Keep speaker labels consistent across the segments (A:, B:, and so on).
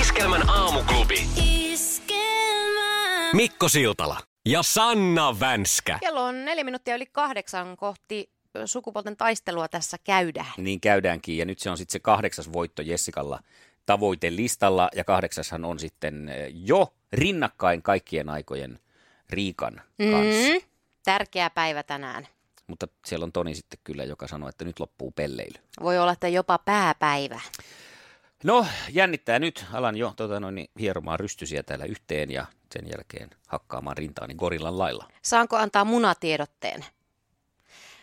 A: Iskelmän aamuklubi.
B: Iskelmä.
A: Mikko Siltala ja Sanna Vänskä.
C: Kello on neljä minuuttia yli kahdeksan kohti ö, sukupuolten taistelua tässä käydään.
D: Niin käydäänkin, ja nyt se on sitten se kahdeksas voitto Jessikalla tavoitelistalla, ja kahdeksashan on sitten eh, jo rinnakkain kaikkien aikojen Riikan kanssa. Mm.
C: Mm. Tärkeä päivä tänään.
D: Mutta siellä on Toni sitten kyllä, joka sanoo, että nyt loppuu pelleily.
C: Voi olla, että jopa pääpäivä.
D: No, jännittää nyt. Alan jo tota noin, niin, hieromaan rystysiä täällä yhteen ja sen jälkeen hakkaamaan rintaani gorillan lailla.
C: Saanko antaa munatiedotteen?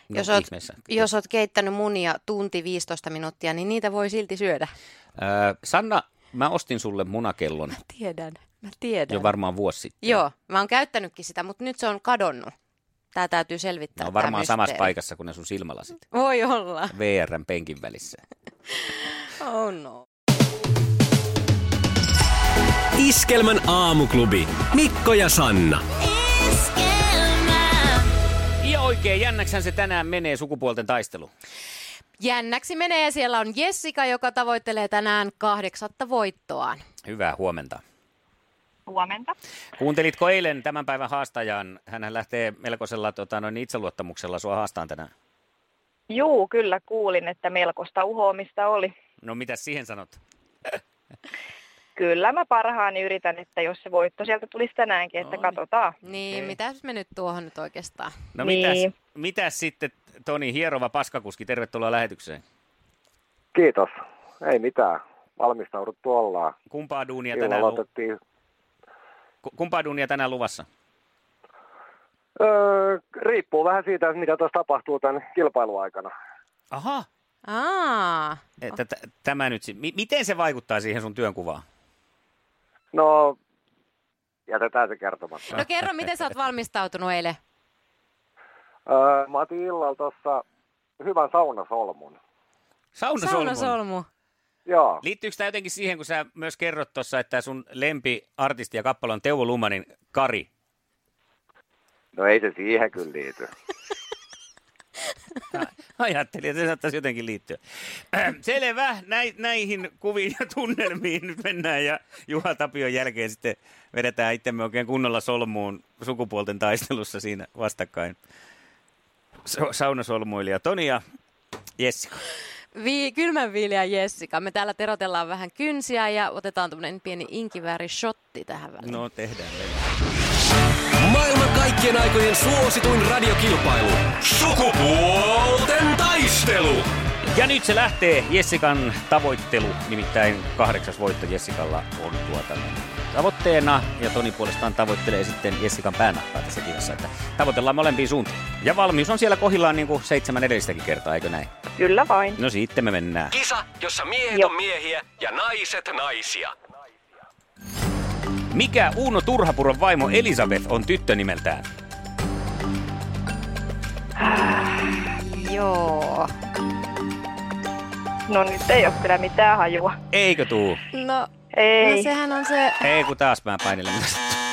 D: No,
C: Jos oot-
D: ihmeessä.
C: Jos oot keittänyt munia tunti 15 minuuttia, niin niitä voi silti syödä.
D: Ö, Sanna, mä ostin sulle munakellon
C: Tiedän, mä tiedän.
D: jo varmaan vuosi sitten.
C: Joo, mä oon käyttänytkin sitä, mutta nyt se on kadonnut. Tää täytyy selvittää.
D: Ne on
C: tää
D: No, varmaan samassa
C: mysteeri.
D: paikassa kuin ne sun silmälasit.
C: Voi olla.
D: VRn penkin välissä.
C: Oh no.
A: Iskelmän aamuklubi. Mikko ja Sanna.
B: Iskelmä.
D: Ja oikein jännäksän se tänään menee sukupuolten taistelu.
C: Jännäksi menee. Siellä on Jessica, joka tavoittelee tänään kahdeksatta voittoaan.
D: Hyvää huomenta.
E: Huomenta.
D: Kuuntelitko eilen tämän päivän haastajan? Hän lähtee melkoisella tota, noin itseluottamuksella sua haastaan tänään.
E: Juu, kyllä kuulin, että melkoista uhoamista oli.
D: No mitä siihen sanot?
E: Kyllä mä parhaani yritän, että jos se voitto sieltä tulisi tänäänkin, että
D: Oi.
E: katsotaan.
C: Niin,
D: Okei.
C: okay. mitäs me nyt tuohon nyt oikeastaan?
D: No
E: Niin.
D: mitäs, mitäs sitten Toni Hierova Paskakuski, tervetuloa lähetykseen.
F: Kiitos. Ei mitään. Valmistauduttu ollaan.
D: Kumpaa duunia
F: Silloin
D: tänään, lu-
F: aloitettiin.
D: ku- kumpaa duunia tänään luvassa?
F: Öö, riippuu vähän siitä, että mitä tässä tapahtuu tämän kilpailuaikana.
D: Aha.
C: Aa,
D: Että t- E, tämä nyt, si- mi- miten se vaikuttaa siihen sun työnkuvaan?
F: No, jätetään se kertomatta.
C: no kerro, miten sä oot valmistautunut eilen?
F: Öö, mä otin illalla tuossa hyvän saunasolmun.
D: Saunasolmun. Sauna
C: Saunasolmu.
F: Joo.
D: Liittyykö tämä jotenkin siihen, kun sä myös kerrot tuossa, että sun lempiartisti ja kappale on Teuvo Lumanin Kari?
F: No ei se siihen kyllä liity.
D: Ajattelin, että se saattaisi jotenkin liittyä. Ähm, Selvä, Näi, näihin kuviin ja tunnelmiin nyt mennään ja Juha Tapion jälkeen sitten vedetään itsemme oikein kunnolla solmuun sukupuolten taistelussa siinä vastakkain. So, saunasolmuilija Toni ja Jessica.
C: Vi- kylmän viileä Jessica. Me täällä terotellaan vähän kynsiä ja otetaan tämmönen pieni inkivääri shotti tähän väliin.
D: No tehdään.
A: Maailman kaikkien aikojen suosituin radiokilpailu. Sukupuolten taistelu.
D: Ja nyt se lähtee Jessikan tavoittelu, nimittäin kahdeksas voittoJessikalla on tuota tavoitteena, ja Toni puolestaan tavoittelee sitten Jessikan päänahkaa tässä kisassa, että tavoitellaan molempiin suuntiin. Ja valmius on siellä kohillaan niin kuin seitsemän edellistäkin kertaa, eikö näin?
E: Kyllä vain.
D: No sitten me mennään.
A: Kisa, jossa miehet
E: Joo.
A: on miehiä ja naiset naisia.
D: Mikä Uuno Turhapuron vaimo Elisabeth on tyttö nimeltään?
C: Joo.
E: No nyt ei ole kyllä mitään hajua.
D: Eikö tuu?
C: No,
E: Ei.
C: no sehän on se...
D: Ei kun taas mä painelen.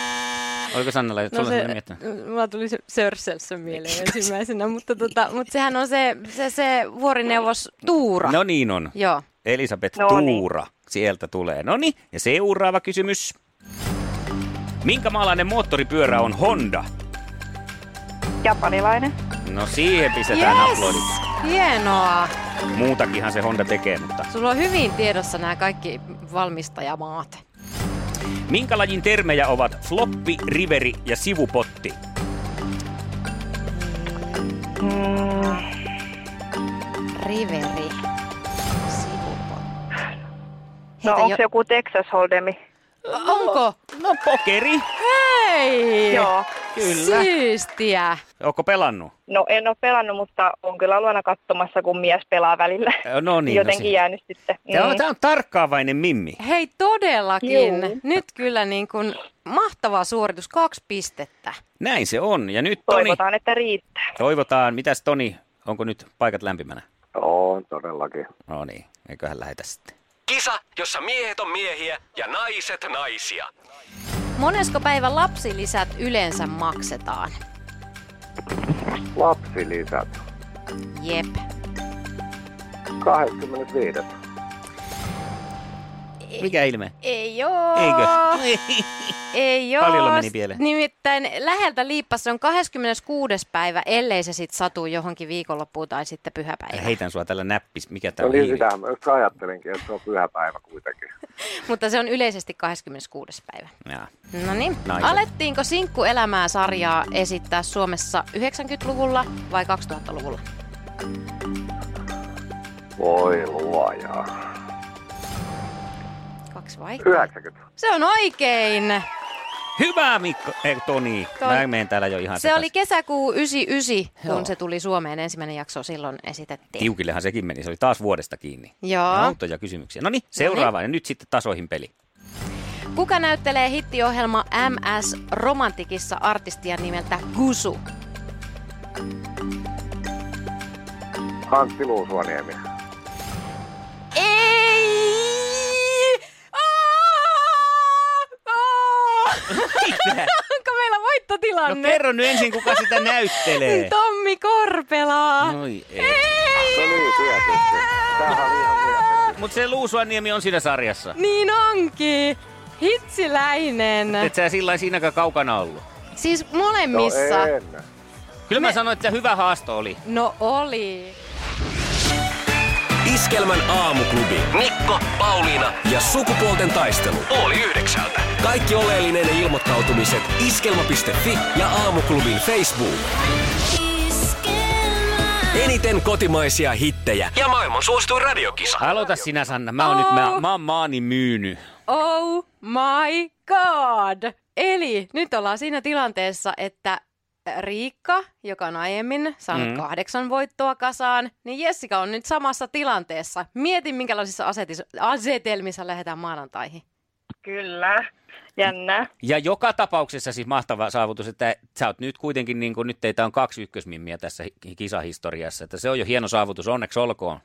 D: Oliko Sannalla,
C: No
D: no
C: se,
D: se... miettinyt?
C: mulla tuli se Sörselsen mieleen
D: Niin.
C: ensimmäisenä, mutta, tota, mutta sehän on se, se, se vuorineuvos Tuura.
D: No niin on.
C: Joo.
D: Elisabeth
E: No niin.
D: Tuura sieltä tulee. No niin, ja seuraava kysymys. Minkä maalainen moottoripyörä on Honda?
E: Japanilainen.
D: No siihen pistetään yes.
C: Yes!
D: aplodit.
C: Hienoa.
D: Muutakinhan se Honda tekee, mutta...
C: Sulla on hyvin tiedossa nämä kaikki valmistajamaat.
D: Minkä lajin termejä ovat floppi, riveri ja sivupotti?
E: Mm,
C: Riveri. Sivupotti.
E: no
C: Heitä
E: onko se joku Texas Hold'emi?
C: Onko?
D: No pokeri.
C: Hei!
E: Joo.
D: Kyllä.
C: Siistiä.
D: Ootko pelannut?
E: No en ole pelannut, mutta on kyllä ollut aina katsomassa, kun mies pelaa välillä.
D: Ö, No niin.
E: Jotenkin
D: no se-
E: jäänyt sitten.
D: Tää on,
E: Mm.
D: tää on tarkkaavainen mimmi.
C: Hei todellakin.
E: Juu.
C: Nyt kyllä niin kuin mahtava suoritus, kaksi pistettä.
D: Näin se on. niin. Ja nyt Toni,
E: Toivotaan, että riittää.
D: toivotaan. Mitäs Toni, onko nyt paikat lämpimänä?
F: On todellakin.
D: No niin, eiköhän lähetä sitten.
A: Kisa, jossa miehet on miehiä ja naiset naisia.
C: Monesko päivä lapsilisät yleensä maksetaan?
F: Lapsilisät.
C: Jep.
F: 25.
D: Mikä ilme?
C: Ei oo.
D: Eikö? No
C: Ei oo.
D: Paljolla meni pieleen.
C: Nimittäin läheltä liippas se on 26. päivä, ellei se sit satu johonkin viikonloppuun tai sitten pyhäpäivään.
D: Heitän sua tällä näppis. Mikä tää
F: No
D: on?
F: niin,
D: hiiri?
F: sitä mä just ajattelinkin, että se on pyhäpäivä kuitenkin.
C: Mutta se on yleisesti 26. päivä.
D: Jaa.
C: No niin.
D: Naiset.
C: Alettiinko Sinkkuelämää sarjaa esittää Suomessa 90-luvulla vai 2000-luvulla?
F: Voi luojaa.
C: Kaksi vaihtoehtoa.
F: 90.
C: Se on oikein.
D: Hyvä Mikko, ei kun Toni.
C: Toni.
D: Toni. Mä menen täällä jo ihan
C: Se oli
D: sekaisin.
C: kesäkuu 99, kun
D: Joo.
C: se tuli Suomeen. Ensimmäinen jakso silloin esitettiin.
D: Tiukillehan sekin meni, se oli taas vuodesta kiinni.
C: Joo.
D: Autoja kysymyksiä. No niin, seuraava. Ja nyt sitten tasoihin peli.
C: Kuka näyttelee hittiohjelma MS Romantikissa artistia nimeltä Gusu?
F: Antti Luusuoniemi.
C: Ei! Aa! Aa!
D: Mitä?
C: Onko meillä
D: No
C: voittotilanne?
D: kerro nyt ensin, kuka sitä näyttelee.
C: Tommi Korpelaa.
D: Noi ei.
C: Ei!
F: No niin, tietysti. Tämähän oli ihan mieltä.
D: Mut se Luusuaniemi on siinä sarjassa.
C: Niin onkin. Hitsiläinen.
D: Et sä sillä siinä kaukana ollut.
C: Siis
F: No
C: molemmissa.
F: en.
D: Kyllä mä sanoin, että hyvä haasto oli.
C: No oli.
A: Iskelmän aamuklubi. Mikko, Pauliina ja sukupuolten taistelu. Oli yhdeksältä. Kaikki oleellinen ilmoittautumiset iskelma.fi ja aamuklubin Facebook. Eniten kotimaisia hittejä ja maailman suosituin radiokisa.
D: Aloita sinä, Sanna. Mä oon nyt, mä, mä oon maani myynyt.
C: Oh my god! Eli nyt ollaan siinä tilanteessa, että Riikka, joka on aiemmin saanut mm.
D: Mm.
C: kahdeksan voittoa kasaan, niin Jessica on nyt samassa tilanteessa. Mietin, minkälaisissa asetis- asetelmissa lähdetään maanantaihin.
E: Kyllä. Jännää.
D: Ja joka tapauksessa siis mahtava saavutus, että sä oot nyt kuitenkin, niin kuin nyt teitä on kaksi ykkösmimmiä tässä hi- kisahistoriassa. Että se on jo hieno saavutus, onneksi olkoon.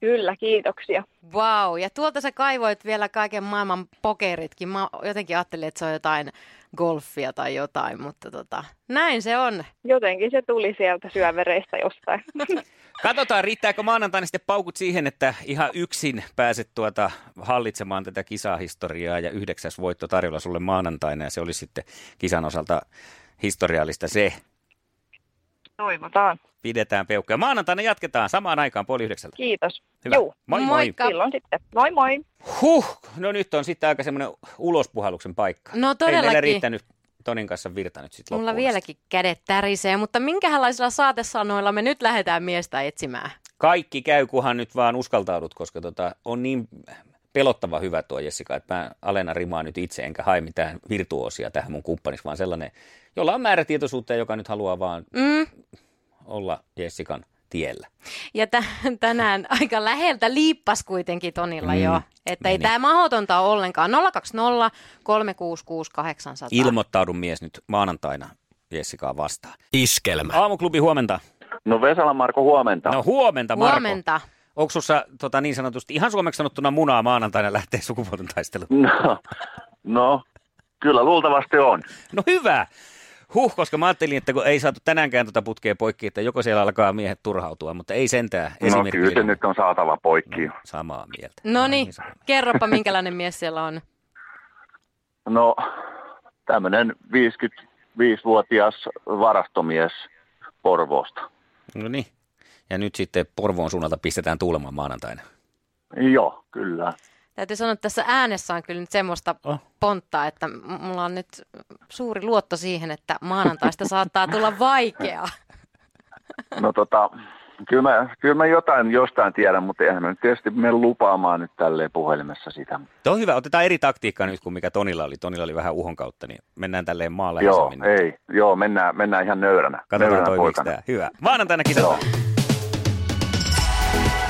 E: Kyllä, kiitoksia.
C: Vau, wow. ja tuolta sä kaivoit vielä kaiken maailman pokeritkin. Mä jotenkin ajattelin, että se on jotain golfia tai jotain, mutta tota, näin se on.
E: Jotenkin se tuli sieltä syövereistä jostain.
D: Katsotaan, riittääkö maanantaina sitten paukut siihen, että ihan yksin pääset tuota hallitsemaan tätä kisahistoriaa ja yhdeksäs voitto tarjolla sulle maanantaina ja se olisi sitten kisan osalta historiallista se.
E: Toivotaan.
D: Pidetään peukkuja. Maanantaina jatketaan samaan aikaan puoli yhdeksältä.
E: Kiitos.
D: Hyvä.
E: Juu,
D: Moi moi.
C: Moikka.
E: silloin sitten. Moi moi.
D: Huh, no nyt on sitten aika semmoinen ulospuhalluksen paikka.
C: No
D: Ei meillä
C: todellakin.
D: riittänyt Tonin kanssa virta nyt sitten
C: Mulla vieläkin kädet tärisee, mutta minkälaisilla saatesanoilla me nyt lähdetään miestä etsimään?
D: Kaikki käy, kunhan nyt vaan uskaltaudut, koska tota, on niin pelottava hyvä tuo Jessica, että mä alena rimaa nyt itse, enkä hae mitään virtuoosia tähän mun kumppaniksi, vaan sellainen, jolla on määrätietoisuutta ja joka nyt haluaa vaan
C: Mm.
D: olla Jessican tiellä.
C: Ja t- tänään aika läheltä liippas kuitenkin Tonilla mm.
D: Mm,
C: jo. Että ei
D: meni.
C: tämä mahdotonta ole ollenkaan. 020 366 800.
D: Ilmoittaudun mies nyt maanantaina Jessikaa vastaan.
A: Iskelmä.
D: Aamuklubi huomenta.
G: No Vesala Marko, huomenta.
D: No huomenta Marko.
C: Huomenta.
D: Onko sussa tota, niin sanotusti, ihan suomeksi sanottuna munaa maanantaina lähtee sukupuolten taistelu?
G: No, no, kyllä luultavasti on.
D: No hyvä! Huh, koska mä ajattelin, että kun ei saatu tänäänkään tuota putkea poikki, että joko siellä alkaa miehet turhautua, mutta ei sentään.
G: No
D: Esimerkki-
G: kyllä se nyt on saatava poikki.
D: Samaa mieltä.
C: No niin,
D: Ai,
C: kerropa minkälainen mies siellä on.
G: No, tämmöinen 55-vuotias varastomies Porvoosta.
D: No niin. Ja nyt sitten Porvoon suunnalta pistetään tuulemaan maanantaina.
G: Joo, kyllä.
C: Täytyy sanoa, että tässä äänessä on kyllä nyt semmoista
D: Oh.
C: ponttaa, että m- mulla on nyt suuri luotto siihen, että maanantaista saattaa tulla vaikea.
G: No tota, Kyllä mä, kyllä mä jotain jostain tiedän, mutta eihän mä nyt tietysti mene lupaamaan nyt tälleen puhelimessa sitä.
D: Tuo on hyvä, otetaan eri taktiikka nyt kuin mikä Tonilla oli. Tonilla oli vähän uhon kautta, niin mennään tälleen maalle.
G: Joo, ei. Joo, mennään, mennään ihan nöyränä.
D: Katsotaan
G: nöyränä
D: toimiiko
G: poikana.
D: tämä. Hyvä. Maanantaina kisataan.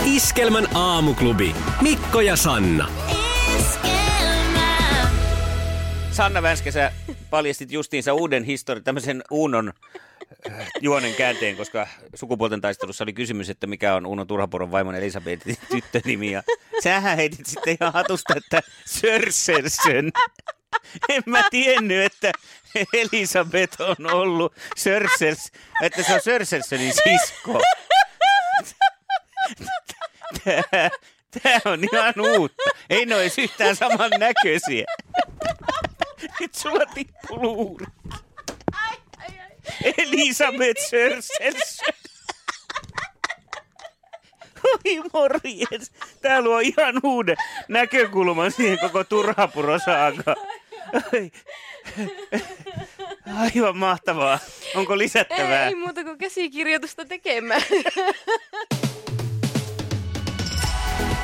A: Iskelmän aamuklubi. Mikko ja Sanna.
B: esquema,
D: Sanna Vänskä, sä paljastit justiinsa uuden historian, tämmöisen Uunon äh, juonen käänteen, koska sukupuolten taistelussa oli kysymys, että mikä on Uuno Turhapuron vaimon Elisabetin tyttönimi. Ja sähän heitit sitten ihan hatusta, että Sörsensen. En mä tiennyt, että Elisabeth on ollut Sörsens, että se on Sörsensenin sisko. Tää, tää on ihan uutta. Ei ne ole yhtään saman näköisiä. Nyt sulla tippuu luuri. Elisabeth Sörsens. Oi morjes. Tää luo ihan uuden näkökulman siihen koko turhapurosaakaan. Ai. Aivan mahtavaa. Onko lisättävää?
C: Ei muuta kuin käsikirjoitusta tekemään.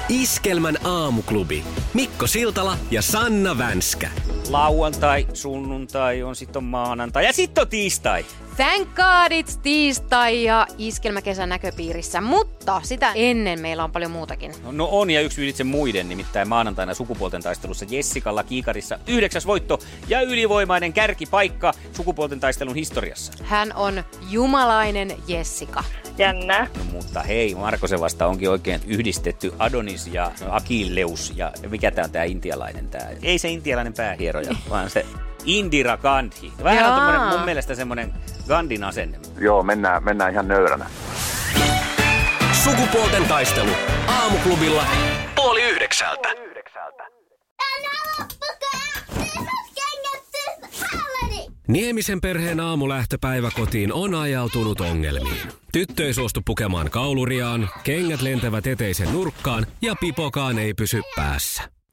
A: Iskelmän aamuklubi. Mikko Siltala ja Sanna Vänskä.
D: Lauantai, sunnuntai, on sitten on maanantai ja sitten on tiistai.
C: Thank God it's tiistai ja iskelmäkesän näköpiirissä, mutta sitä ennen meillä on paljon muutakin.
D: No on ja yksi ylitse muiden, nimittäin maanantaina sukupuolten taistelussa Jessikalla Kiikarissa yhdeksäs voitto ja ylivoimainen kärkipaikka sukupuolten taistelun historiassa.
C: Hän on jumalainen Jessica.
E: Jännää.
D: No, mutta hei, Marko vasta onkin oikein yhdistetty Adonis ja Akilleus ja mikä tämä on tämä intialainen tämä? Ei se intialainen päähieroja, vaan se Indira Gandhi. Vähän on
C: Jaa.
D: tommonen, mun mielestä semmoinen Gandhin asenne.
G: Joo, mennään, mennään ihan nöyränä.
A: Sukupuolten taistelu. Aamuklubilla. Oli yhdeksältä. Niemisen perheen aamulähtöpäivä kotiin on ajautunut ongelmiin. Tyttö ei suostu pukemaan kauluriaan, kengät lentävät eteisen nurkkaan ja pipokaan ei pysy päässä.